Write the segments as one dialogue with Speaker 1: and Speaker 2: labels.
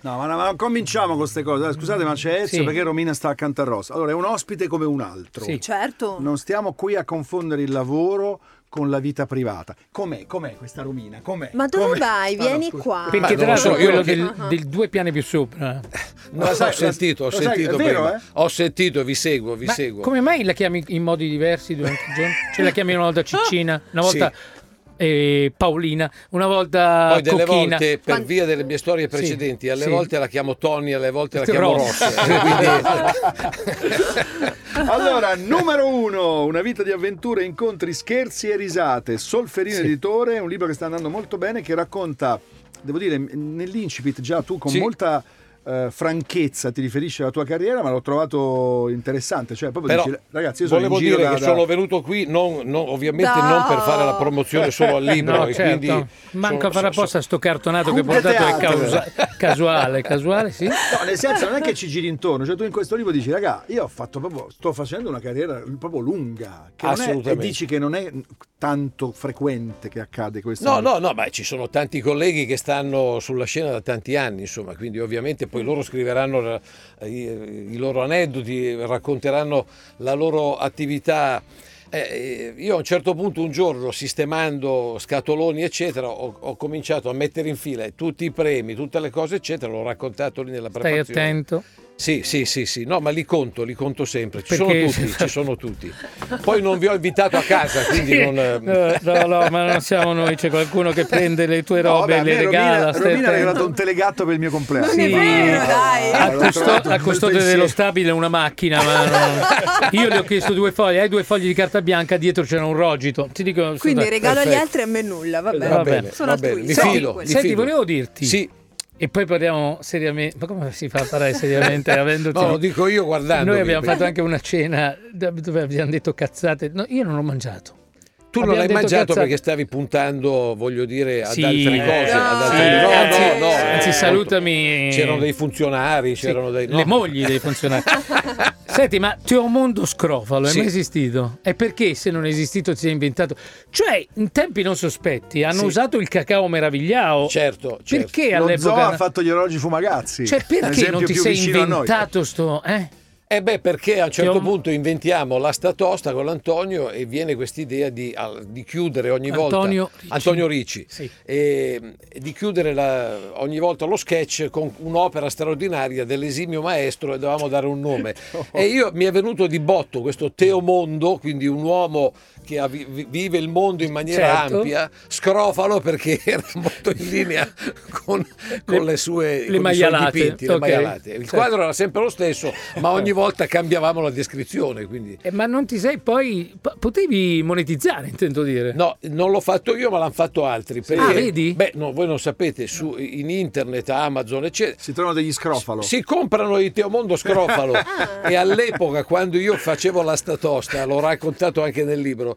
Speaker 1: No, ma, ma non cominciamo con queste cose. Scusate, ma c'è Ezio
Speaker 2: Sì.
Speaker 1: perché Romina sta accanto a Rosa. Allora, è un ospite come un altro. Cioè,
Speaker 2: Sì.
Speaker 3: Certo.
Speaker 1: Non stiamo qui a confondere il lavoro con la vita privata. Com'è? Com'è questa Romina? Com'è?
Speaker 3: Ma dove
Speaker 1: Com'è?
Speaker 3: vai?
Speaker 1: Ah, no,
Speaker 3: Vieni
Speaker 1: scusa.
Speaker 3: qua.
Speaker 2: Perché
Speaker 3: Ma
Speaker 2: tra l'altro
Speaker 3: no,
Speaker 2: quello
Speaker 3: no,
Speaker 2: del,
Speaker 3: no.
Speaker 2: del due piani più sopra.
Speaker 1: Lo
Speaker 4: No, l'ho
Speaker 1: sai, lo-
Speaker 4: sentito, ho
Speaker 1: lo sai,
Speaker 4: sentito
Speaker 1: è vero,
Speaker 4: prima.
Speaker 1: eh?
Speaker 4: Ho sentito, vi seguo, vi
Speaker 2: Ma
Speaker 4: seguo.
Speaker 2: come mai la chiami in modi diversi durante il giorno? Cioè la chiami una volta Ciccina, una
Speaker 4: Sì.
Speaker 2: volta eh, Paolina, una volta
Speaker 4: Poi delle
Speaker 2: Cocchina.
Speaker 4: volte, per
Speaker 3: Quan-
Speaker 4: via delle mie storie precedenti, alle
Speaker 2: sì.
Speaker 4: volte la chiamo Tony, alle volte la
Speaker 2: Sì,
Speaker 4: chiamo
Speaker 2: Ross.
Speaker 4: Ross. eh, quindi-
Speaker 1: Allora, numero uno, una vita di avventure, incontri, scherzi e risate. Solferino
Speaker 2: Sì.
Speaker 1: Editore, un libro che sta andando molto bene, che racconta, devo dire, nell'incipit già tu con
Speaker 4: Sì.
Speaker 1: molta eh, franchezza ti riferisci alla tua carriera, ma l'ho trovato interessante. Cioè, proprio
Speaker 4: Però
Speaker 1: dici, ragazzi, io sono in
Speaker 4: volevo
Speaker 1: giro
Speaker 4: dire
Speaker 1: da-
Speaker 4: che
Speaker 1: da-
Speaker 4: sono venuto qui non, non- ovviamente
Speaker 3: No.
Speaker 4: non per fare la promozione solo al libro.
Speaker 2: No,
Speaker 4: e
Speaker 2: certo.
Speaker 4: quindi
Speaker 2: Manca a fare apposta sto cartonato che ho
Speaker 1: Comunque
Speaker 2: portato è
Speaker 1: teatro.
Speaker 2: causa- casuale, casuale, sì.
Speaker 1: No, nel senso non è che ci giri intorno, cioè tu in questo libro dici, raga, io ho fatto proprio, sto facendo una carriera proprio lunga, che non è- e
Speaker 4: Assolutamente.
Speaker 1: dici che non è tanto frequente che accade questo.
Speaker 4: No, no, no, ma ci sono tanti colleghi che stanno sulla scena da tanti anni, insomma, quindi ovviamente poi loro scriveranno eh, i, i loro aneddoti, racconteranno la loro attività. Eh, eh, io a un certo punto un giorno, sistemando scatoloni, eccetera, ho, ho cominciato a mettere in fila tutti i premi, tutte le cose, eccetera, l'ho raccontato lì nella
Speaker 2: Stai
Speaker 4: prefazione.
Speaker 2: attento.
Speaker 4: Sì, sì, sì, sì, no, ma li conto, li conto sempre, ci
Speaker 2: Perché-
Speaker 4: sono tutti, ci sono tutti. Poi non vi ho invitato a casa, quindi non...
Speaker 2: Eh, No, no, ma non siamo noi, c'è qualcuno che prende le tue
Speaker 1: No, vabbè,
Speaker 2: robe
Speaker 1: a
Speaker 2: e le
Speaker 1: me
Speaker 2: regala.
Speaker 1: Romina,
Speaker 2: stai
Speaker 1: Romina ha
Speaker 2: attento.
Speaker 1: regalato un telegatto per il mio compleanno.
Speaker 3: Non è Sì. vero, dai.
Speaker 2: Eh, A
Speaker 1: Allora, ho
Speaker 2: custo-
Speaker 1: trovato un
Speaker 2: a
Speaker 1: bel
Speaker 2: custode
Speaker 1: pensiero.
Speaker 2: dello stabile una macchina, ma no. io gli ho chiesto due foglie, hai due fogli di carta bianca, dietro c'era un rogito. Ti dico,
Speaker 3: Ah. Quindi
Speaker 2: scusa,
Speaker 3: regalo agli
Speaker 4: Perfetto.
Speaker 3: altri e a me nulla, va bene.
Speaker 2: Va bene,
Speaker 3: Sono
Speaker 4: va bene,
Speaker 3: altruisti.
Speaker 4: mi
Speaker 2: senti,
Speaker 4: fido,
Speaker 3: Quelli.
Speaker 4: mi
Speaker 2: senti,
Speaker 4: fido.
Speaker 2: volevo dirti,
Speaker 4: Sì,
Speaker 2: e poi parliamo seriamente, ma come si fa a parlare seriamente avendoti...
Speaker 4: no, lo dico io guardando.
Speaker 2: Noi abbiamo fatto anche una cena da- dove abbiamo detto cazzate, no, io non ho mangiato.
Speaker 4: Tu non
Speaker 2: abbiamo
Speaker 4: l'hai
Speaker 2: detto
Speaker 4: mangiato
Speaker 2: cazzate.
Speaker 4: perché stavi puntando, voglio dire, ad
Speaker 2: Sì.
Speaker 4: altre
Speaker 2: Eh,
Speaker 4: cose. ad
Speaker 2: sì.
Speaker 4: altre- no,
Speaker 2: Anzi-
Speaker 4: no, no,
Speaker 2: anzi,
Speaker 4: no.
Speaker 2: salutami.
Speaker 4: C'erano dei funzionari,
Speaker 2: Sì,
Speaker 4: c'erano dei... no.
Speaker 2: Le mogli dei funzionari. Senti, ma Teomondo Scrofalo è
Speaker 4: Sì.
Speaker 2: mai esistito? E perché se non è esistito si è inventato? Cioè, in tempi non sospetti hanno
Speaker 4: Sì.
Speaker 2: usato il cacao meravigliao.
Speaker 4: Certo, certo.
Speaker 1: Lo
Speaker 2: Perché
Speaker 1: zoo
Speaker 2: all'epoca?
Speaker 1: ha fatto gli orologi fumagazzi.
Speaker 2: Cioè,
Speaker 1: Un
Speaker 2: perché
Speaker 1: esempio
Speaker 2: non ti
Speaker 1: più
Speaker 2: sei
Speaker 1: vicino a noi.
Speaker 2: inventato sto... Eh?
Speaker 4: Eh beh, perché a un certo
Speaker 2: Che ho-
Speaker 4: punto inventiamo l'asta tosta con l'Antonio e viene quest'idea di, al- di chiudere ogni
Speaker 2: Antonio
Speaker 4: volta...
Speaker 2: Ricci.
Speaker 4: Antonio Ricci.
Speaker 2: Sì.
Speaker 4: e, e di chiudere la- ogni volta lo sketch con un'opera straordinaria dell'esimio maestro e dovevamo dare un nome. E io mi è venuto di botto questo Teomondo, quindi un uomo che ha- vi- vive il mondo in maniera
Speaker 2: Certo.
Speaker 4: ampia, scrofalo perché era molto in linea con, con le sue
Speaker 2: le
Speaker 4: con i suoi
Speaker 2: maialate,
Speaker 4: dipinti, le
Speaker 2: ok.
Speaker 4: maialate. Il
Speaker 2: Certo.
Speaker 4: quadro era sempre lo stesso, ma ogni volta cambiavamo la descrizione, quindi
Speaker 2: Eh, ma non ti sei poi... p- potevi monetizzare, intendo dire.
Speaker 4: No, non l'ho fatto io, ma l'hanno fatto altri. Perché,
Speaker 2: Ah, vedi?
Speaker 4: Beh, no, voi non sapete, su, in internet, Amazon, eccetera.
Speaker 1: Si trovano degli scrofalo.
Speaker 4: Si comprano i Teomondo Scrofalo e all'epoca quando io facevo la statosta, l'ho raccontato anche nel libro,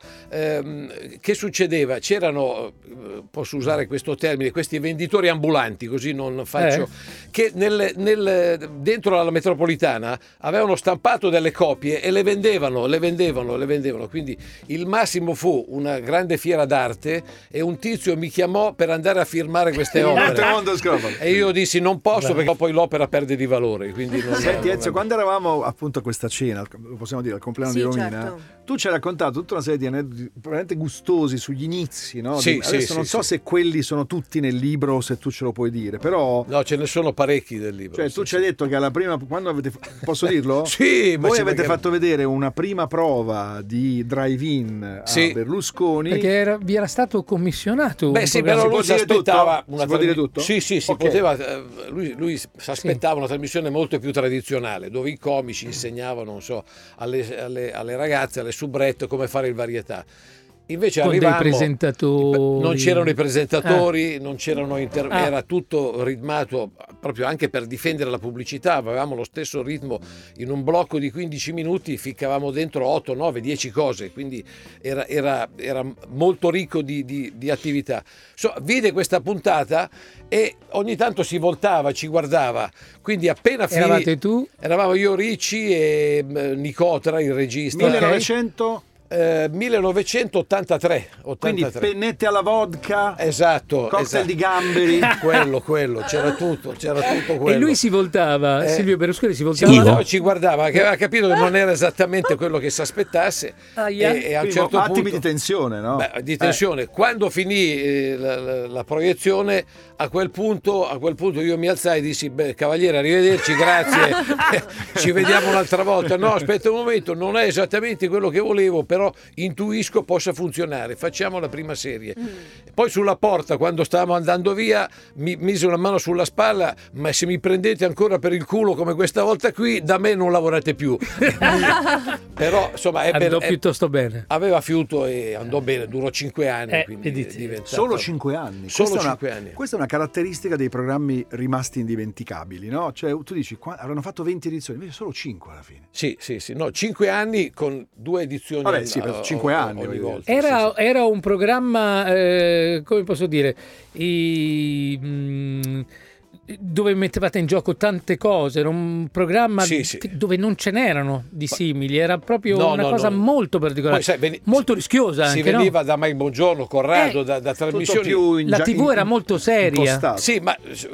Speaker 4: ehm, che succedeva? C'erano, eh, posso usare questo termine, questi venditori ambulanti, così non faccio, che nel- nel- dentro alla metropolitana avevano stampato delle copie e le vendevano, le vendevano, le vendevano. Quindi il massimo fu una grande fiera d'arte e un tizio mi chiamò per andare a firmare queste
Speaker 1: Un
Speaker 4: opere.
Speaker 1: mondo scrofalo.
Speaker 4: E io dissi non posso
Speaker 2: Beh.
Speaker 4: perché poi l'opera perde di valore. Quindi non,
Speaker 1: Senti
Speaker 3: Eh,
Speaker 4: non-
Speaker 1: Ezio, quando eravamo appunto a questa cena, lo possiamo dire, al compleanno
Speaker 3: Sì,
Speaker 1: di Romina,
Speaker 3: certo.
Speaker 1: tu ci hai raccontato tutta una serie di aneddoti veramente gustosi sugli inizi, no?
Speaker 4: Sì,
Speaker 1: Di-
Speaker 4: sì,
Speaker 1: Adesso
Speaker 4: sì,
Speaker 1: non so
Speaker 4: sì.
Speaker 1: se quelli sono tutti nel libro o se tu ce lo puoi dire, però...
Speaker 4: No, ce ne sono parecchi del libro.
Speaker 1: Cioè,
Speaker 4: sì,
Speaker 1: tu
Speaker 4: sì.
Speaker 1: ci hai detto che alla prima. Quando avete. fa- Posso dirlo?
Speaker 4: Sì, ma
Speaker 1: Voi
Speaker 4: ci
Speaker 1: avete
Speaker 4: mancherebbe.
Speaker 1: fatto vedere una prima prova di drive-in a
Speaker 4: Sì.
Speaker 1: Berlusconi.
Speaker 2: Perché era- vi era stato commissionato.
Speaker 4: Beh,
Speaker 2: un
Speaker 4: sì,
Speaker 2: programma-
Speaker 4: però
Speaker 1: Si può
Speaker 4: lui si
Speaker 1: dire tutto?
Speaker 4: aspettava
Speaker 1: Si può dire tutto?
Speaker 4: Sì, sì, si
Speaker 1: Ok.
Speaker 4: poteva, eh, lui, lui si aspettava una trasmissione molto più tradizionale, dove i comici insegnavano, non so, alle, alle- alle ragazze, alle subrette come fare il varietà. Invece
Speaker 2: Con dei
Speaker 4: arrivavamo-
Speaker 2: presentatori. Ah,
Speaker 4: Non c'erano i presentatori, non c'erano inter- era tutto ritmato proprio anche per difendere la pubblicità, avevamo lo stesso ritmo in un blocco di 15 minuti, ficcavamo dentro 8, 9, 10 cose, quindi era, era- era molto ricco di, di- di attività. So, vide questa puntata e ogni tanto si voltava, ci guardava, quindi appena finì...
Speaker 2: Eravate tu?
Speaker 4: Eravamo io, Ricci e mm, Nicotra, il regista.
Speaker 1: 1900.
Speaker 4: eh, 1983. 83.
Speaker 1: Quindi pennette alla vodka,
Speaker 4: Esatto,
Speaker 1: cocktail
Speaker 4: esatto.
Speaker 1: di gamberi. Eh.
Speaker 4: quello, quello, c'era tutto, c'era tutto quello.
Speaker 2: E lui si voltava,
Speaker 4: Eh.
Speaker 2: Silvio Berlusconi si
Speaker 4: Sì,
Speaker 2: voltava.
Speaker 4: ma no, ci guardava, che aveva capito che non era esattamente quello che si aspettasse e,
Speaker 2: Aia.
Speaker 4: e a un
Speaker 1: Quindi,
Speaker 4: certo
Speaker 1: attimi
Speaker 4: punto
Speaker 1: di tensione, no?
Speaker 4: Beh, di tensione. Quando finì eh, la, la- la proiezione, a quel, punto, a quel punto io mi alzai e dissi: Beh, Cavaliere, arrivederci, grazie, ci vediamo un'altra volta. No, aspetta un momento, non è esattamente quello che volevo, però intuisco possa funzionare. Facciamo la prima serie. Poi sulla porta, quando stavamo andando via, mi mise una mano sulla spalla, ma se mi prendete ancora per il culo come questa volta qui, da me non lavorate più. però, insomma, è
Speaker 2: Andò
Speaker 4: è-
Speaker 2: piuttosto bene.
Speaker 4: Aveva fiuto e andò bene, durò 5 anni.
Speaker 2: Eh,
Speaker 4: quindi
Speaker 2: vedete,
Speaker 4: è diventato-
Speaker 1: Solo cinque anni.
Speaker 4: Certo. Solo
Speaker 1: questa,
Speaker 4: cinque
Speaker 1: è una,
Speaker 4: anni.
Speaker 1: questa è una caratteristica dei programmi rimasti indimenticabili, no? Cioè, tu dici, qua, avranno fatto 20 edizioni, invece solo 5 alla fine.
Speaker 4: Sì, sì, sì. No, 5 anni con due edizioni.
Speaker 1: Vabbè, sì, per
Speaker 4: o-
Speaker 1: cinque
Speaker 4: o-
Speaker 1: anni,
Speaker 4: Ogni
Speaker 1: voglio
Speaker 4: volta. sì,
Speaker 2: Era,
Speaker 4: sì.
Speaker 2: era un programma, eh, come posso dire, i- mm, dove mettevate in gioco tante cose, era un programma
Speaker 4: Sì, sì.
Speaker 2: di- dove non ce n'erano di simili, era proprio
Speaker 4: No,
Speaker 2: una
Speaker 4: no,
Speaker 2: cosa
Speaker 4: no.
Speaker 2: molto particolare,
Speaker 4: Poi, sai, veni-
Speaker 2: molto rischiosa
Speaker 4: Si
Speaker 2: anche, no?
Speaker 4: veniva da Mike Buongiorno, Corrado,
Speaker 2: Eh,
Speaker 4: da, da
Speaker 1: Tutto
Speaker 4: trasmissioni.
Speaker 1: più in
Speaker 2: La
Speaker 1: gia-
Speaker 2: TV era molto seria.
Speaker 1: impostato.
Speaker 4: Sì, ma s-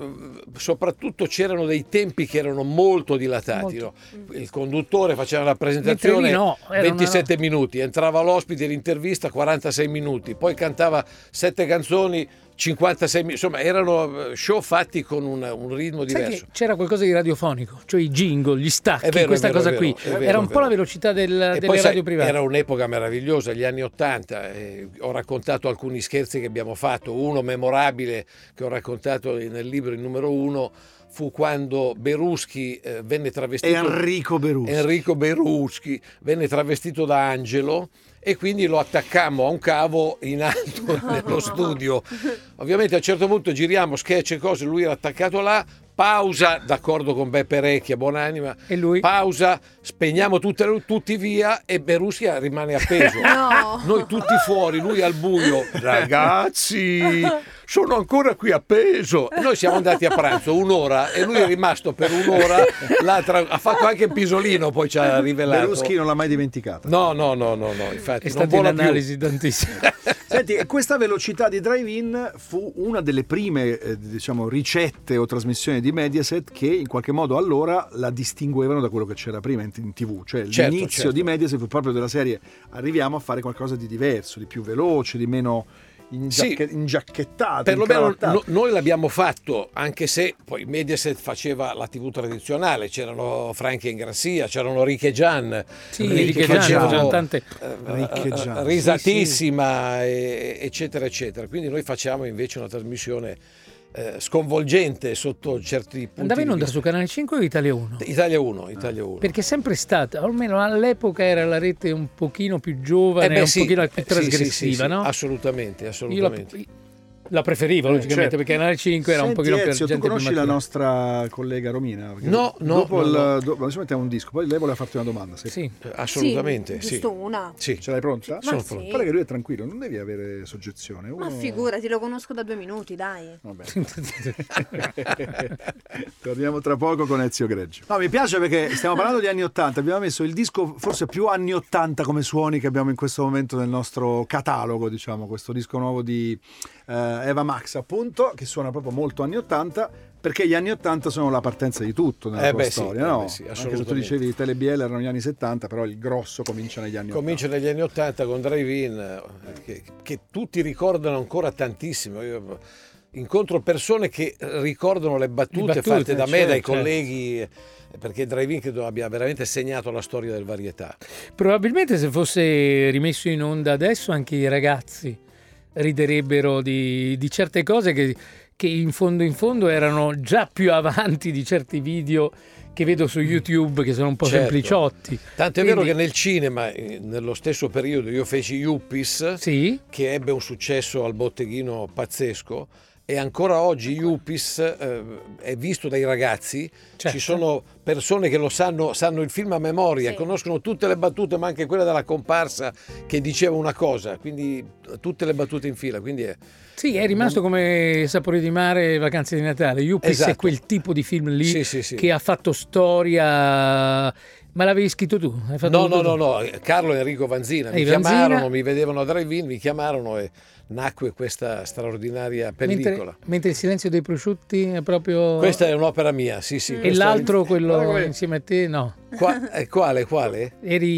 Speaker 4: soprattutto c'erano dei tempi che erano molto dilatati.
Speaker 2: Molto.
Speaker 4: no? Il conduttore faceva la
Speaker 2: Mentre
Speaker 4: presentazione
Speaker 2: lì no, era una-
Speaker 4: 27 minuti, entrava l'ospite, l'intervista 46 minuti, poi cantava sette canzoni 56 minuti. Insomma, erano eh, show fatti con un, un ritmo
Speaker 2: Sai che
Speaker 4: diverso.
Speaker 2: c'era qualcosa di radiofonico, cioè i jingle, gli stacchi,
Speaker 4: È vero, è
Speaker 2: questa
Speaker 4: vero,
Speaker 2: cosa
Speaker 4: è vero,
Speaker 2: qui.
Speaker 4: è vero,
Speaker 2: era un
Speaker 4: è
Speaker 2: po'
Speaker 4: vero.
Speaker 2: la velocità del-
Speaker 4: E
Speaker 2: Eh, delle
Speaker 4: poi, sai,
Speaker 2: radio private.
Speaker 4: Era un'epoca meravigliosa, gli anni Ottanta. eh, ho raccontato alcuni scherzi che abbiamo fatto. Uno memorabile che ho raccontato nel libro, il numero uno, fu quando Beruschi eh, venne travestito.
Speaker 1: Enrico Beruschi.
Speaker 4: Enrico Beruschi venne travestito da Angelo e quindi lo attaccammo a un cavo in alto nello studio. Ovviamente a un certo punto giriamo sketch e cose, lui era attaccato là, pausa, d'accordo con Beppe Recchia, buonanima,
Speaker 2: E lui?
Speaker 4: pausa, spegniamo tutte le- tutti via e Beruschi rimane appeso.
Speaker 3: No.
Speaker 4: Noi tutti fuori, lui al buio. Ragazzi, sono ancora qui appeso. E Noi siamo andati a pranzo un'ora e lui è rimasto per un'ora. là tra- ha fatto anche il pisolino, poi ci ha rivelato.
Speaker 1: Berluschi non l'ha mai dimenticata.
Speaker 4: No, no, no, no, no, infatti
Speaker 2: È
Speaker 4: non
Speaker 2: stata
Speaker 4: vola più.
Speaker 2: un'analisi tantissima.
Speaker 1: Senti, e questa velocità di drive-in fu una delle prime eh, diciamo, ricette o trasmissioni di Mediaset che in qualche modo allora la distinguevano da quello che c'era prima in, in tv. Cioè
Speaker 4: Certo,
Speaker 1: l'inizio
Speaker 4: certo.
Speaker 1: di Mediaset fu proprio della serie arriviamo a fare qualcosa di diverso, di più veloce, di meno
Speaker 4: Sì.
Speaker 1: ingiacche- ingiacchettato.
Speaker 4: Perlomeno
Speaker 1: incravattato.
Speaker 4: no- noi l'abbiamo fatto, anche se poi Mediaset faceva la TV tradizionale, c'erano Franchi e Ingrassia, c'erano Rick e Gian,
Speaker 2: Sì,
Speaker 4: Rick
Speaker 1: Rick e
Speaker 4: che
Speaker 1: Gian,
Speaker 4: facevano,
Speaker 1: c'erano
Speaker 2: tante-
Speaker 4: eh,
Speaker 1: Rick e Gian.
Speaker 4: eh, risatissima, e- eccetera, eccetera. Quindi noi facciamo invece una trasmissione eh, sconvolgente sotto certi punti.
Speaker 2: Andava in
Speaker 4: di
Speaker 2: onda
Speaker 4: vista.
Speaker 2: su Canale 5 o Italia 1?
Speaker 4: Italia 1, Italia 1.
Speaker 2: Perché è sempre stata, almeno all'epoca era la rete un pochino più giovane,
Speaker 4: Eh beh,
Speaker 2: un
Speaker 4: sì,
Speaker 2: pochino
Speaker 4: eh,
Speaker 2: più
Speaker 4: sì, sì,
Speaker 2: trasgressiva,
Speaker 4: sì, sì,
Speaker 2: no?
Speaker 4: Assolutamente,
Speaker 2: Io la,
Speaker 4: assolutamente. Eh,
Speaker 2: la preferivo, logicamente,
Speaker 1: certo.
Speaker 2: perché Canale 5 era un
Speaker 1: Senti,
Speaker 2: pochino per
Speaker 1: Ezio,
Speaker 2: gente
Speaker 1: tu conosci
Speaker 2: più
Speaker 1: la
Speaker 2: matura.
Speaker 1: nostra collega Romina? Perché
Speaker 4: No, no,
Speaker 1: Dopo
Speaker 4: no,
Speaker 1: il,
Speaker 4: no.
Speaker 1: do- adesso mettiamo un disco, poi lei voleva farti una domanda. se-
Speaker 2: Sì.
Speaker 4: Assolutamente, sì.
Speaker 3: Giusto una.
Speaker 4: Sì.
Speaker 1: Ce l'hai pronta?
Speaker 3: Ma
Speaker 4: Sono
Speaker 3: sì.
Speaker 4: pronto.
Speaker 1: Guarda che lui è tranquillo, non devi avere soggezione.
Speaker 3: Ma
Speaker 1: uno-
Speaker 3: figurati, lo conosco da due minuti, dai.
Speaker 1: Vabbè. Torniamo tra poco con Ezio Greggio. No, mi piace perché stiamo parlando di anni 80. Abbiamo messo il disco forse più anni 80 come suoni che abbiamo in questo momento nel nostro catalogo, diciamo, questo disco nuovo di eh, Eva Max, appunto, che suona proprio molto anni 80, perché gli anni 80 sono la partenza di tutto nella
Speaker 4: Eh
Speaker 1: tua
Speaker 4: beh, sì,
Speaker 1: storia,
Speaker 4: eh
Speaker 1: no?
Speaker 4: beh, sì,
Speaker 1: Anche se tu
Speaker 4: assolutamente.
Speaker 1: dicevi i telebiel erano gli anni 70, però il grosso comincia negli anni 80.
Speaker 4: Comincia negli anni 80 con Drive-In, eh, che, che tutti ricordano ancora tantissimo. Io incontro persone che ricordano le battute,
Speaker 2: Le battute,
Speaker 4: fatte da me,
Speaker 2: certo,
Speaker 4: dai
Speaker 2: certo.
Speaker 4: colleghi, eh, perché Drive-In credo abbia veramente segnato la storia del varietà.
Speaker 2: Probabilmente se fosse rimesso in onda adesso anche i ragazzi riderebbero di, di certe cose che, che in fondo in fondo erano già più avanti di certi video che vedo su YouTube che sono un po'
Speaker 4: Certo.
Speaker 2: sempliciotti.
Speaker 4: Tanto è
Speaker 2: Quindi-
Speaker 4: vero che nel cinema, eh, nello stesso periodo, io feci Yuppies,
Speaker 2: Sì,
Speaker 4: che ebbe un successo al botteghino pazzesco e ancora oggi Yuppies eh, è visto dai ragazzi,
Speaker 2: Certo.
Speaker 4: ci sono persone che lo sanno, sanno il film a memoria,
Speaker 3: Sì.
Speaker 4: conoscono tutte le battute, ma anche quella della comparsa che diceva una cosa, quindi tutte le battute in fila, quindi è,
Speaker 2: Sì, è rimasto come Sapore di mare, Vacanze di Natale. Yuppies è
Speaker 4: Esatto.
Speaker 2: quel tipo di film lì
Speaker 4: Sì, sì, sì.
Speaker 2: che ha fatto storia Ma l'avevi scritto tu? Hai fatto
Speaker 4: No,
Speaker 2: tutto
Speaker 4: no,
Speaker 2: tu?
Speaker 4: no, no, Carlo e Enrico Vanzina mi
Speaker 2: Ehi, Vanzina.
Speaker 4: chiamarono, mi vedevano a drive-in, mi chiamarono e nacque questa straordinaria pellicola.
Speaker 2: Mentre, mentre il silenzio dei prosciutti è proprio...
Speaker 4: Questa è un'opera mia, sì, sì.
Speaker 2: Mm.
Speaker 1: Mm.
Speaker 2: E
Speaker 4: questa è-
Speaker 2: l'altro,
Speaker 4: Guarda
Speaker 2: quello
Speaker 4: come-
Speaker 2: insieme a te, no.
Speaker 4: Qua- eh, quale, quale?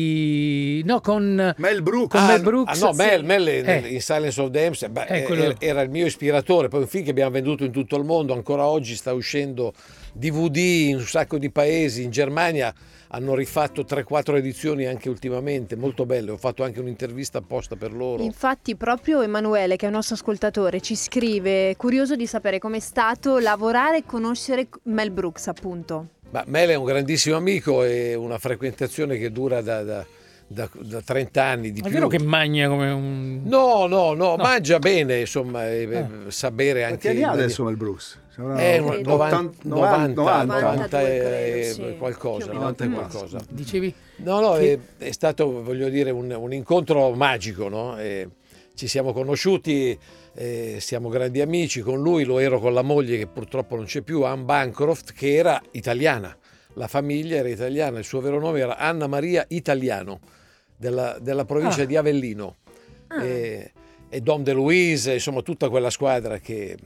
Speaker 2: Eri... No, con...
Speaker 1: Mel Brooks.
Speaker 2: Con Mel Brooks,
Speaker 4: ah, no,
Speaker 2: sì.
Speaker 4: Mel, Mel in,
Speaker 2: Eh.
Speaker 4: in Silence of the Lambs, beh,
Speaker 2: Eh,
Speaker 4: eh,
Speaker 2: quello-
Speaker 4: era il mio ispiratore, poi un film che abbiamo venduto in tutto il mondo, ancora oggi sta uscendo DVD in un sacco di paesi, in Germania hanno rifatto 3-4 edizioni anche ultimamente, molto belle, ho fatto anche un'intervista apposta per loro.
Speaker 3: Infatti, proprio Emanuele, che è un nostro ascoltatore, ci scrive: curioso di sapere com'è stato lavorare e conoscere Mel Brooks, appunto.
Speaker 4: Ma Mele è un grandissimo amico e una frequentazione che dura da, da- da- da 30 anni di
Speaker 2: È
Speaker 4: più.
Speaker 2: vero che magna come un...
Speaker 4: No, no, no, mangia bene, insomma, e-
Speaker 2: Eh.
Speaker 4: e- sa bere
Speaker 1: Quanti
Speaker 4: anche...
Speaker 1: anni ha
Speaker 4: il-
Speaker 1: adesso Mel Brooks? Sarà
Speaker 4: Eh,
Speaker 3: no-
Speaker 1: 80,
Speaker 4: 90, 90,
Speaker 1: 90.
Speaker 3: 92,
Speaker 4: e-
Speaker 3: credo, sì.
Speaker 4: qualcosa,
Speaker 3: Più o
Speaker 1: meno.
Speaker 4: 90 e
Speaker 1: 94.
Speaker 4: qualcosa.
Speaker 2: Dicevi?
Speaker 4: No, no,
Speaker 2: Sì.
Speaker 4: è, è stato, voglio dire, un, un incontro magico, no? E ci siamo conosciuti, eh, siamo grandi amici con lui, lo ero con la moglie che purtroppo non c'è più, Anne Bancroft, che era italiana, la famiglia era italiana, il suo vero nome era Anna Maria Italiano, della, della provincia
Speaker 2: Ah.
Speaker 4: di Avellino.
Speaker 3: Ah.
Speaker 4: E, e Dom De Luise, insomma tutta quella squadra che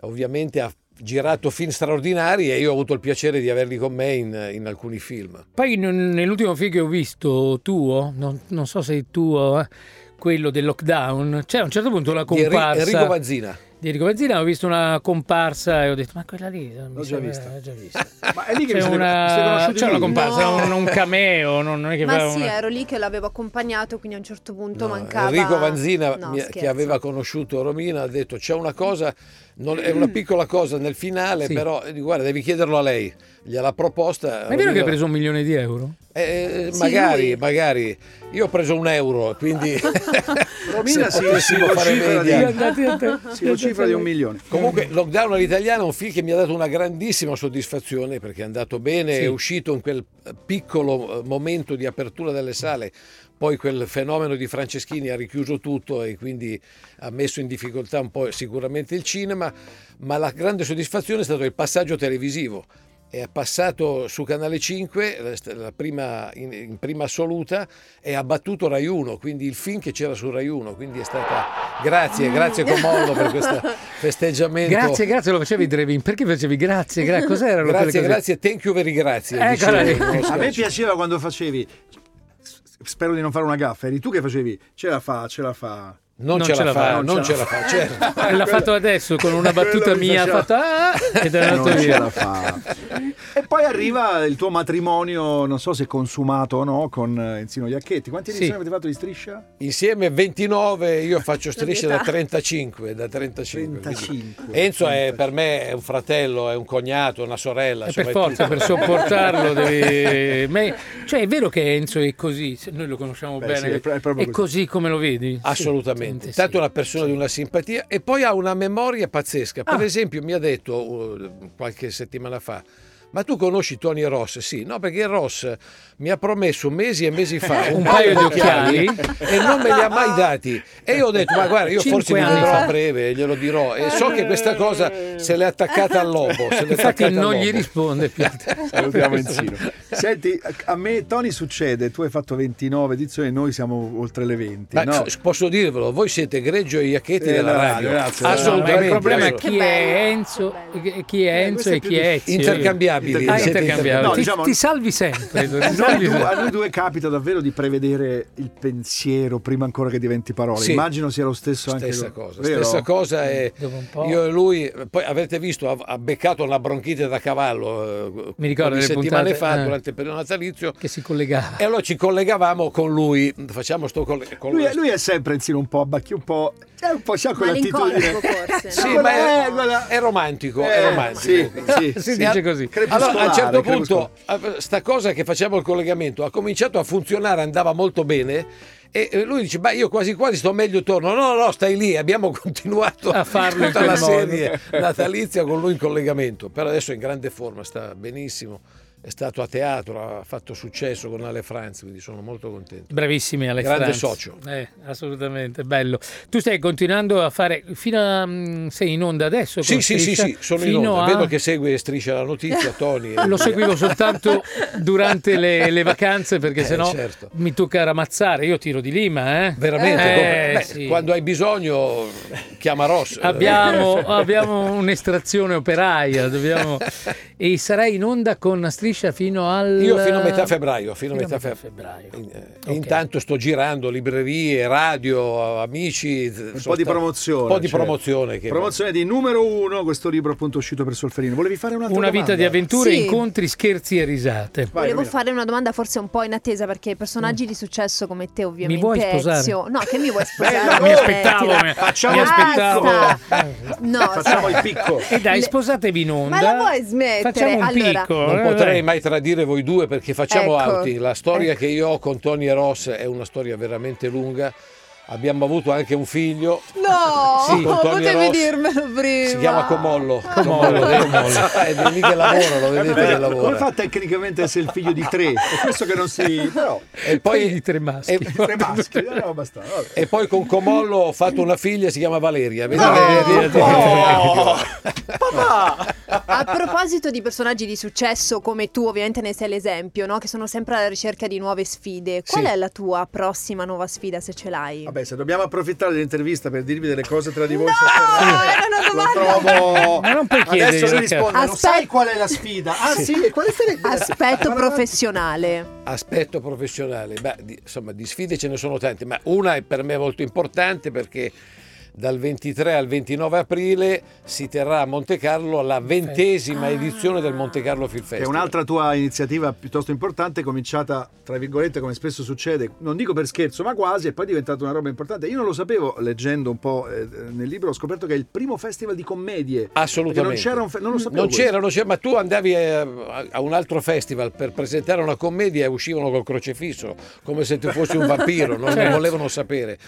Speaker 4: ovviamente ha girato film straordinari e io ho avuto il piacere di averli con me in- in alcuni film.
Speaker 2: Poi n- nell'ultimo film che ho visto tuo, non, non so se è tuo, eh, quello del lockdown, c'era a un certo punto la
Speaker 4: Di Enri-
Speaker 2: comparsa
Speaker 4: Enrico Vanzina.
Speaker 2: di Enrico Mazzina, ho visto una comparsa e ho detto ma quella lì mi
Speaker 1: L'ho già
Speaker 2: sembra-
Speaker 1: vista."
Speaker 2: l'ho già vista.
Speaker 1: Ma è lì che
Speaker 2: C'è
Speaker 1: vi siete, vi siete
Speaker 2: una,
Speaker 1: conosciuti
Speaker 2: c'è una
Speaker 1: lì?
Speaker 2: comparsa,
Speaker 3: No.
Speaker 2: un, un cameo, non, non è che
Speaker 3: Ma
Speaker 2: fa
Speaker 3: sì,
Speaker 2: una-
Speaker 3: ero lì che l'avevo accompagnato, quindi a un certo punto
Speaker 4: No,
Speaker 3: mancava.
Speaker 4: Enrico Vanzina,
Speaker 3: No,
Speaker 4: mi- che
Speaker 3: scherzo.
Speaker 4: aveva conosciuto Romina, ha detto c'è una cosa, non- è una piccola cosa nel finale,
Speaker 2: Sì.
Speaker 4: però eh, guarda devi chiederlo a lei. Gliel'ha proposta.
Speaker 2: Ma è vero che
Speaker 4: Romina-
Speaker 2: hai preso un milione di euro?
Speaker 4: Eh, eh,
Speaker 3: Sì,
Speaker 4: magari,
Speaker 3: lui.
Speaker 4: magari. Io ho preso un euro, quindi...
Speaker 1: Romina
Speaker 4: Se
Speaker 1: si, si
Speaker 4: potessimo fare
Speaker 1: vocifera
Speaker 4: media.
Speaker 1: di, si vocifera di un milione.
Speaker 4: Comunque, Lockdown all'italiana è un film che mi ha dato una grandissima soddisfazione perché è andato bene,
Speaker 2: Sì.
Speaker 4: è uscito in quel eh, piccolo eh, momento di apertura delle sale. Poi quel fenomeno di Franceschini ha richiuso tutto e quindi ha messo in difficoltà un po' sicuramente il cinema, ma la grande soddisfazione è stato il passaggio televisivo. È passato su Canale 5, la st- la prima- in, in prima assoluta, e ha battuto Rai 1, quindi il film che c'era su Rai 1, quindi è stata... Grazie, grazie Comollo per questo festeggiamento.
Speaker 2: Grazie, grazie, lo facevi Drevin. Perché facevi grazie, grazie? Cos'erano quelle
Speaker 4: Grazie,
Speaker 2: cose?
Speaker 4: grazie, thank you very grazie.
Speaker 2: Eh,
Speaker 4: dicevo,
Speaker 2: carai.
Speaker 4: non lo
Speaker 1: A me
Speaker 4: scherzo.
Speaker 1: piaceva quando facevi. Spero di non fare una gaffa. Eri tu che facevi. Ce la fa, ce la fa.
Speaker 4: Non, ce la fa, non ce la fa, certo.
Speaker 2: Eh, L'ha fatto adesso con una battuta
Speaker 1: Quello mi
Speaker 2: mia, ha
Speaker 1: faceva-
Speaker 2: fatto ah, ed è andato
Speaker 1: Eh, Non ce
Speaker 2: via.
Speaker 1: la fa. E poi arriva il tuo matrimonio, non so se consumato o no, con eh, Enzino Iacchetti. Quante
Speaker 2: Sì.
Speaker 1: edizioni avete fatto di striscia?
Speaker 4: Insieme 29, io faccio strisce da
Speaker 3: pietà.
Speaker 4: 35, da 35. quindi.
Speaker 1: 35.
Speaker 4: Enzo è per me è un fratello, è un cognato, una sorella.
Speaker 2: Eh,
Speaker 4: insomma,
Speaker 2: per
Speaker 4: è
Speaker 2: forza,
Speaker 4: tutto.
Speaker 2: per sopportarlo devi... Ma è- Cioè è vero che Enzo è così, se- noi lo conosciamo
Speaker 1: Beh, sì,
Speaker 2: bene,
Speaker 1: è pro- è proprio
Speaker 2: così.
Speaker 1: così.
Speaker 2: come lo vedi?
Speaker 4: Assolutamente.
Speaker 2: Sì,
Speaker 4: Tanto è
Speaker 2: sì.
Speaker 4: una persona di una simpatia e poi ha una memoria pazzesca. Per
Speaker 2: Ah.
Speaker 4: esempio, mi ha detto uh, qualche settimana fa. Ma tu conosci Tony Ross? Sì, no, perché Ross mi ha promesso mesi e mesi fa
Speaker 2: Un paio di occhiali.
Speaker 4: e non me li ha mai dati. E io ho detto, ma guarda, io
Speaker 2: Cinque
Speaker 4: forse mi
Speaker 2: anni
Speaker 4: vedrò
Speaker 2: fa.
Speaker 4: a breve, glielo dirò. E so che questa cosa se l'è attaccata al lobo. se l'è
Speaker 2: Infatti
Speaker 4: attaccata al
Speaker 2: non gli
Speaker 4: lobo.
Speaker 2: risponde più.
Speaker 1: Salutiamo Enzino. Senti, a me Tony succede, tu hai fatto 29 edizioni, noi siamo oltre le 20.
Speaker 4: Ma
Speaker 1: no?
Speaker 4: s- posso dirvelo, voi siete greggio e iacchetti
Speaker 1: Eh,
Speaker 4: della
Speaker 1: no,
Speaker 4: radio.
Speaker 1: grazie.
Speaker 4: Assolutamente.
Speaker 2: No, ma il problema è
Speaker 4: assolutamente.
Speaker 2: chi
Speaker 3: Che
Speaker 2: è
Speaker 3: bello,
Speaker 2: Enzo,
Speaker 3: che bello.
Speaker 2: chi è
Speaker 1: Eh,
Speaker 2: Enzo
Speaker 1: questo è
Speaker 2: e
Speaker 1: più
Speaker 2: chi è Ezio.
Speaker 4: Intercambiabili.
Speaker 2: Ah,
Speaker 4: siete
Speaker 2: intercambiabili.
Speaker 1: No,
Speaker 2: ti,
Speaker 1: diciamo-
Speaker 2: ti salvi sempre. ti salvi
Speaker 1: Noi due-
Speaker 2: sempre.
Speaker 1: a noi due capita davvero di prevedere il pensiero prima ancora che diventi parole.
Speaker 4: Sì.
Speaker 1: Immagino sia lo stesso anche
Speaker 4: Stessa
Speaker 1: lo-
Speaker 4: cosa,
Speaker 1: vero?
Speaker 4: stessa cosa è-
Speaker 2: Dopo un po'.
Speaker 4: io e lui, poi avete visto, ha, ha beccato una bronchite da cavallo eh,
Speaker 2: Mi ricordo
Speaker 4: poche
Speaker 2: le
Speaker 4: settimane
Speaker 2: puntate,
Speaker 4: fa
Speaker 2: eh.
Speaker 4: durante il periodo natalizio
Speaker 2: Che si collegava.
Speaker 4: e allora ci collegavamo con lui, facciamo sto colle- con
Speaker 1: Lui, è- lui è sempre insino un po' abbacchi, un po'. È un po' c'ha
Speaker 3: Malinconico,
Speaker 1: quell'attitudine.
Speaker 3: forse.
Speaker 4: Sì,
Speaker 3: no?
Speaker 1: No,
Speaker 4: ma
Speaker 1: quella-
Speaker 4: è,
Speaker 1: eh, quella-
Speaker 4: è romantico,
Speaker 1: Eh,
Speaker 4: è romantico.
Speaker 1: sì, sì,
Speaker 2: si
Speaker 1: sì.
Speaker 2: dice così.
Speaker 4: Allora, a un certo punto,
Speaker 1: crepuscolare.
Speaker 4: eh, sta cosa che facciamo il collegamento ha cominciato a funzionare, andava molto bene. E eh, lui dice: Ma io quasi quasi sto meglio, torno. No, no, stai lì. Abbiamo continuato
Speaker 2: A farlo in
Speaker 4: tutta
Speaker 2: quel
Speaker 4: la
Speaker 2: modo.
Speaker 4: serie natalizia con lui in collegamento. Però adesso è in grande forma, sta benissimo. è stato a teatro, ha fatto successo con Ale Franz, quindi sono molto contento.
Speaker 2: Bravissimi Alex
Speaker 4: Grande
Speaker 2: Franz.
Speaker 4: socio.
Speaker 2: Eh, assolutamente, bello. Tu stai continuando a fare fino a mh, sei in onda adesso? con
Speaker 4: Sì, sì, sì,
Speaker 2: Striscia?
Speaker 4: sì, sono in
Speaker 2: Fino
Speaker 4: onda.
Speaker 2: a-
Speaker 4: Vedo che segue e striscia la notizia, Tony. e
Speaker 2: Lo
Speaker 4: via.
Speaker 2: seguivo soltanto durante le, le vacanze perché
Speaker 4: Eh,
Speaker 2: sennò
Speaker 4: certo.
Speaker 2: mi tocca ramazzare. Io tiro di Lima, eh.
Speaker 4: Veramente,
Speaker 2: Eh,
Speaker 4: come- beh,
Speaker 2: sì.
Speaker 4: quando hai bisogno chiama Ross.
Speaker 2: Abbiamo, abbiamo un'estrazione operaia dobbiamo- e sarai in onda con la striscia fino al...
Speaker 4: Io fino a metà febbraio, fino a metà fe-
Speaker 2: febbraio.
Speaker 4: In- eh,
Speaker 2: Ok.
Speaker 4: Intanto sto girando librerie, radio, amici.
Speaker 1: Un po' di promozione.
Speaker 4: Un po' di
Speaker 1: cioè.
Speaker 4: promozione. Che
Speaker 1: Promozione di numero uno, questo libro appunto uscito per Solferino. Volevi fare un'altra
Speaker 2: Una
Speaker 1: domanda?
Speaker 2: vita di avventure,
Speaker 3: Sì.
Speaker 2: incontri, scherzi e risate.
Speaker 1: Vai,
Speaker 3: Volevo
Speaker 1: Romina.
Speaker 3: fare una domanda forse un po' in attesa perché personaggi di successo come te ovviamente
Speaker 2: Mi vuoi sposare? Eh,
Speaker 3: Ezio- No, che mi vuoi sposare?
Speaker 1: Bello,
Speaker 2: mi aspettavo,
Speaker 3: Smettila.
Speaker 2: mi,
Speaker 1: Facciamo
Speaker 2: mi
Speaker 1: il
Speaker 2: aspettavo. Eh.
Speaker 3: Basta. No,
Speaker 1: Facciamo
Speaker 3: sì.
Speaker 1: il picco.
Speaker 2: E dai,
Speaker 3: Le-
Speaker 2: sposatevi in onda.
Speaker 3: Ma la vuoi smettere?
Speaker 2: Facciamo un
Speaker 3: Allora-
Speaker 2: picco.
Speaker 4: Non
Speaker 2: eh,
Speaker 4: potrei
Speaker 2: dai.
Speaker 4: mai tradire voi due perché facciamo
Speaker 3: Ecco.
Speaker 4: outing. La storia
Speaker 3: Ecco.
Speaker 4: che io ho con Tony e Ross è una storia veramente lunga. Abbiamo avuto anche un figlio.
Speaker 3: No,
Speaker 4: Sì, con Tony
Speaker 3: potevi
Speaker 4: Ross.
Speaker 3: dirmelo prima. Ah.
Speaker 4: Si chiama Comollo.
Speaker 2: Comollo, Comollo.
Speaker 4: È di lì che lavorano, vedete che
Speaker 1: Ah, eh, Vabbè, Come fa
Speaker 4: lavora.
Speaker 1: tecnicamente a essere il figlio di tre? È questo che non si... Però,
Speaker 4: E
Speaker 2: Poi di tre maschi.
Speaker 4: e-
Speaker 1: tre maschi, eh, no, basta. vabbè.
Speaker 4: E poi con Comollo ho fatto una figlia, si chiama Valeria.
Speaker 2: No,
Speaker 4: Valeria, ti-
Speaker 1: no.
Speaker 3: A proposito di personaggi di successo come tu, ovviamente ne sei l'esempio, no? Che sono sempre alla ricerca di nuove sfide. Qual
Speaker 4: Sì.
Speaker 3: è la tua prossima nuova sfida se ce l'hai?
Speaker 1: Vabbè, se dobbiamo approfittare dell'intervista per dirvi delle cose tra di voi,
Speaker 3: No,
Speaker 1: sotterranee,
Speaker 3: era una domanda.
Speaker 1: lo trovo.
Speaker 2: Ma non puoi
Speaker 1: Adesso
Speaker 2: chiedere,
Speaker 1: lui risponde: Non
Speaker 3: Aspetta.
Speaker 1: sai qual è la sfida? Ah, sì, e quale sarebbe?
Speaker 3: Aspetto
Speaker 1: Guarda-
Speaker 3: professionale.
Speaker 4: Aspetto professionale, Beh, di- insomma di sfide ce ne sono tante, ma una è per me molto importante perché dal 23 al 29 aprile si terrà a Monte Carlo la ventesima
Speaker 3: Ah.
Speaker 4: edizione del Monte Carlo Film
Speaker 1: È
Speaker 4: Festival.
Speaker 1: un'altra tua iniziativa piuttosto importante, cominciata tra virgolette, come spesso succede, non dico per scherzo, ma quasi, e poi è diventata una roba importante. Io non lo sapevo, leggendo un po' eh, nel libro, ho scoperto che è il primo festival di commedie. Perché Non
Speaker 4: Assolutamente.
Speaker 1: c'era un fe-
Speaker 2: Mm,
Speaker 1: non lo sapevo.
Speaker 4: Non
Speaker 1: questo.
Speaker 4: c'era, non c'era, ma tu andavi eh, a, a un altro festival per presentare una commedia e uscivano col crocefisso, come se tu fossi un vampiro, non ne
Speaker 2: Certo.
Speaker 4: volevano sapere.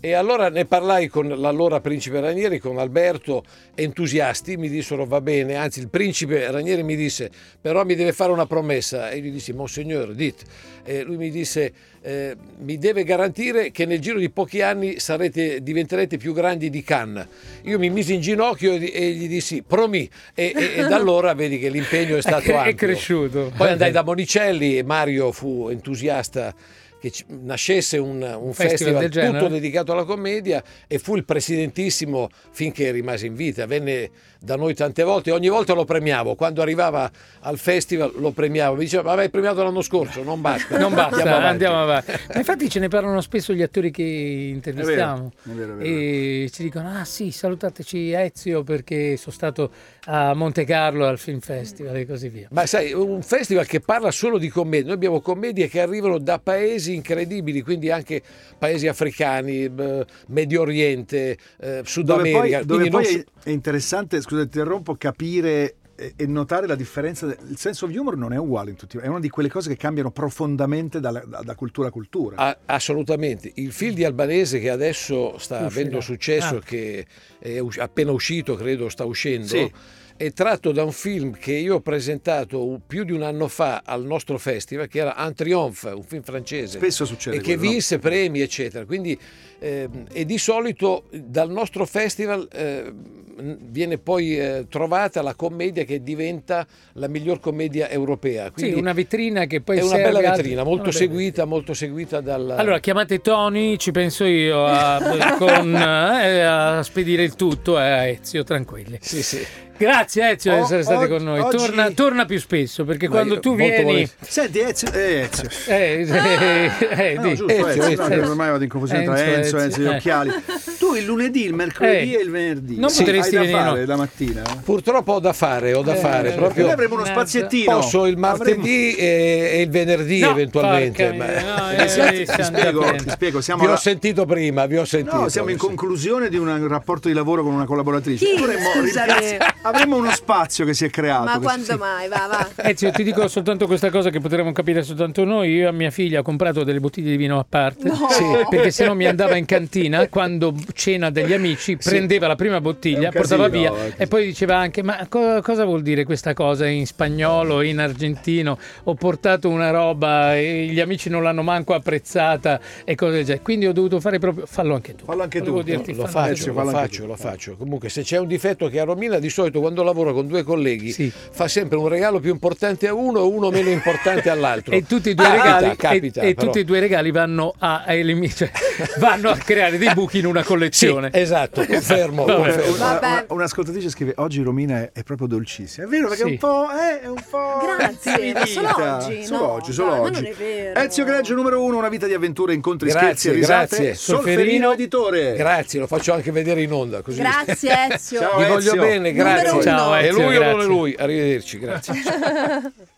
Speaker 4: E allora ne parlai con l'allora principe Ranieri, con Alberto, entusiasti, mi dissero va bene, anzi il principe Ranieri mi disse però mi deve fare una promessa e gli dissi Monsignore, dit. E lui mi disse eh, mi deve garantire che nel giro di pochi anni sarete, diventerete più grandi di Cannes. Io mi misi in ginocchio e, e gli dissi promi e, e- e da allora vedi che l'impegno è stato
Speaker 2: È
Speaker 4: ampio.
Speaker 2: cresciuto.
Speaker 4: Poi andai da Monicelli e Mario fu entusiasta che ci- nascesse un, un
Speaker 2: Festival
Speaker 4: festival,
Speaker 2: del genere.
Speaker 4: tutto dedicato alla commedia e fu il presidentissimo finché rimase in vita. Venne da noi tante volte e ogni volta lo premiavo. Quando arrivava al festival lo premiavo. Mi diceva, ma avevi premiato l'anno scorso, non basta.
Speaker 2: Non basta,
Speaker 4: Andiamo avanti."
Speaker 2: andiamo avanti. Ma infatti ce ne parlano spesso gli attori che
Speaker 1: È vero,
Speaker 2: intervistiamo.
Speaker 1: è vero, è vero.
Speaker 2: E ci dicono, ah sì, salutateci Ezio perché sono stato a Monte Carlo al Film Festival e così via.
Speaker 4: Ma sai, un festival che parla solo di commedie. Noi abbiamo commedie che arrivano da paesi incredibili, quindi anche paesi africani, eh, Medio Oriente, eh, Sud
Speaker 1: dove poi,
Speaker 4: America.
Speaker 1: dove
Speaker 4: Quindi non
Speaker 1: poi
Speaker 4: so-
Speaker 1: è interessante, scusa, ti interrompo, capire e e notare la differenza. de- Il senso di humor non è uguale in tutti, è una di quelle cose che cambiano profondamente dalla- da, da cultura a cultura.
Speaker 4: A- assolutamente. Il film di Albanese che adesso sta
Speaker 2: Uscirà.
Speaker 4: avendo successo,
Speaker 2: Ah.
Speaker 4: che è us- appena uscito, credo sta uscendo,
Speaker 1: Sì.
Speaker 4: è tratto da un film che io ho presentato u- più di un anno fa al nostro festival, che era Un Triomphe, un film francese.
Speaker 1: Spesso succede
Speaker 4: e che
Speaker 1: quello, no?
Speaker 4: vinse premi, eccetera. Quindi, ehm, e di solito dal nostro festival ehm, viene poi eh, trovata la commedia che diventa la miglior commedia europea.
Speaker 2: Sì,
Speaker 4: Quindi
Speaker 2: una vetrina che poi
Speaker 4: è una
Speaker 2: serve
Speaker 4: bella
Speaker 2: altri-
Speaker 4: vetrina, molto
Speaker 2: Una bella
Speaker 4: seguita, molto seguita dal.
Speaker 2: Allora chiamate Tony, ci penso io a, con, eh, a spedire il tutto eh, a Ezio, tranquilli.
Speaker 4: Sì, sì.
Speaker 2: Grazie Ezio di
Speaker 1: O-
Speaker 2: essere stati
Speaker 1: oggi-
Speaker 2: con noi,
Speaker 1: oggi-
Speaker 2: torna, torna più spesso perché
Speaker 4: Ma
Speaker 2: quando
Speaker 4: io-
Speaker 2: tu
Speaker 4: molto
Speaker 2: vieni...
Speaker 4: volentieri.
Speaker 1: Senti, Ezio, eh, Ezio.
Speaker 2: Eh, eh, eh,
Speaker 1: Ah, no,
Speaker 2: di-
Speaker 1: giusto,
Speaker 4: Ezio,
Speaker 1: Ezio,
Speaker 4: Ezio,
Speaker 1: no, che
Speaker 4: Ezio.
Speaker 1: ormai vado in confusione tra
Speaker 2: Enzo,
Speaker 1: Enzo e
Speaker 2: Ezio,
Speaker 1: Ezio gli
Speaker 2: eh.
Speaker 1: occhiali. Tu il lunedì, il mercoledì
Speaker 2: Eh,
Speaker 1: e il venerdì.
Speaker 2: non
Speaker 1: Sì.
Speaker 2: potresti
Speaker 1: Hai da
Speaker 2: venire,
Speaker 1: fare
Speaker 2: no?
Speaker 1: la mattina. eh?
Speaker 4: Purtroppo ho da fare, ho da
Speaker 2: Eh,
Speaker 4: fare.
Speaker 2: eh,
Speaker 1: E Noi
Speaker 4: proprio
Speaker 1: avremo uno
Speaker 2: Mannaggia.
Speaker 1: spaziettino.
Speaker 4: posso il
Speaker 1: Avremo-
Speaker 4: martedì e, e il venerdì
Speaker 2: No,
Speaker 4: eventualmente.
Speaker 2: porca miseria, no,
Speaker 1: Eh, sì,
Speaker 2: eh,
Speaker 1: ti,
Speaker 2: siamo
Speaker 1: spiego,
Speaker 2: d'accordo.
Speaker 1: ti spiego, siamo
Speaker 4: vi ho
Speaker 1: alla-
Speaker 4: sentito prima, vi ho sentito.
Speaker 1: No, siamo in
Speaker 4: Sì.
Speaker 1: conclusione di un rapporto di lavoro con una collaboratrice.
Speaker 3: Chi?
Speaker 1: Dovremmo
Speaker 3: Scusami.
Speaker 1: rimpiazz- Avremmo uno spazio che si è creato.
Speaker 3: Ma
Speaker 1: Ah, che-
Speaker 3: quando
Speaker 1: sì.
Speaker 3: mai? Va, va.
Speaker 2: Eh, cioè, ti dico soltanto questa cosa che potremmo capire soltanto noi. Io a mia figlia ho comprato delle bottiglie di vino a parte.
Speaker 3: No.
Speaker 4: Sì.
Speaker 2: Perché se no mi andava in cantina quando cena degli amici,
Speaker 4: Sì.
Speaker 2: prendeva la prima
Speaker 1: È
Speaker 2: bottiglia,
Speaker 1: un casino, eh,
Speaker 2: portava via
Speaker 1: è un casino.
Speaker 2: e poi diceva anche: Ma co- cosa vuol dire questa cosa in spagnolo, in argentino? Ho portato una roba e gli amici non l'hanno manco apprezzata e cose del genere. Quindi ho dovuto fare proprio. Fallo anche tu.
Speaker 1: Fallo anche tu.
Speaker 2: Volevo
Speaker 1: No,
Speaker 2: dirti,
Speaker 4: lo
Speaker 2: fallo anche eh.
Speaker 1: sì,
Speaker 4: faccio,
Speaker 2: tu.
Speaker 4: lo
Speaker 1: fallo anche
Speaker 4: faccio,
Speaker 1: tu.
Speaker 4: lo faccio. Comunque, se c'è un difetto che a Romina di solito quando lavoro con due colleghi
Speaker 2: Sì.
Speaker 4: fa sempre un regalo più importante a uno e uno meno importante all'altro.
Speaker 2: E tutti e due i
Speaker 4: Ah,
Speaker 2: regali,
Speaker 4: capita, capita,
Speaker 2: e, e
Speaker 4: però.
Speaker 2: tutti e due i regali vanno a, a elimi- cioè, vanno a creare dei buchi in una collezione.
Speaker 4: Sì, esatto, confermo,
Speaker 2: Vabbè.
Speaker 1: Una-
Speaker 4: confermo.
Speaker 1: una-
Speaker 3: Vabbè.
Speaker 1: una- Un'ascoltatrice scrive: Oggi Romina è, è proprio dolcissima. È vero perché
Speaker 2: Sì.
Speaker 1: è un po'. eh, È un po'.
Speaker 3: Grazie, ma solo
Speaker 1: timidita.
Speaker 3: oggi?
Speaker 1: Solo
Speaker 3: No,
Speaker 1: oggi, solo
Speaker 3: dai, ma
Speaker 1: oggi.
Speaker 3: non è vero.
Speaker 1: Ezio Greggio, numero uno, una vita di avventure, incontri,
Speaker 4: Grazie,
Speaker 1: scherzi e risate.
Speaker 4: grazie.
Speaker 1: Solferino,
Speaker 2: Solferino,
Speaker 1: editore.
Speaker 4: Grazie, lo faccio anche vedere in onda. Così.
Speaker 3: Grazie Ezio.
Speaker 1: Ciao,
Speaker 4: Vi
Speaker 1: Ezio.
Speaker 4: voglio bene,
Speaker 3: Numero
Speaker 4: grazie.
Speaker 3: uno.
Speaker 2: Ciao,
Speaker 4: è
Speaker 2: Ezio,
Speaker 4: lui o non è
Speaker 2: grazie.
Speaker 4: lui? Arrivederci, grazie.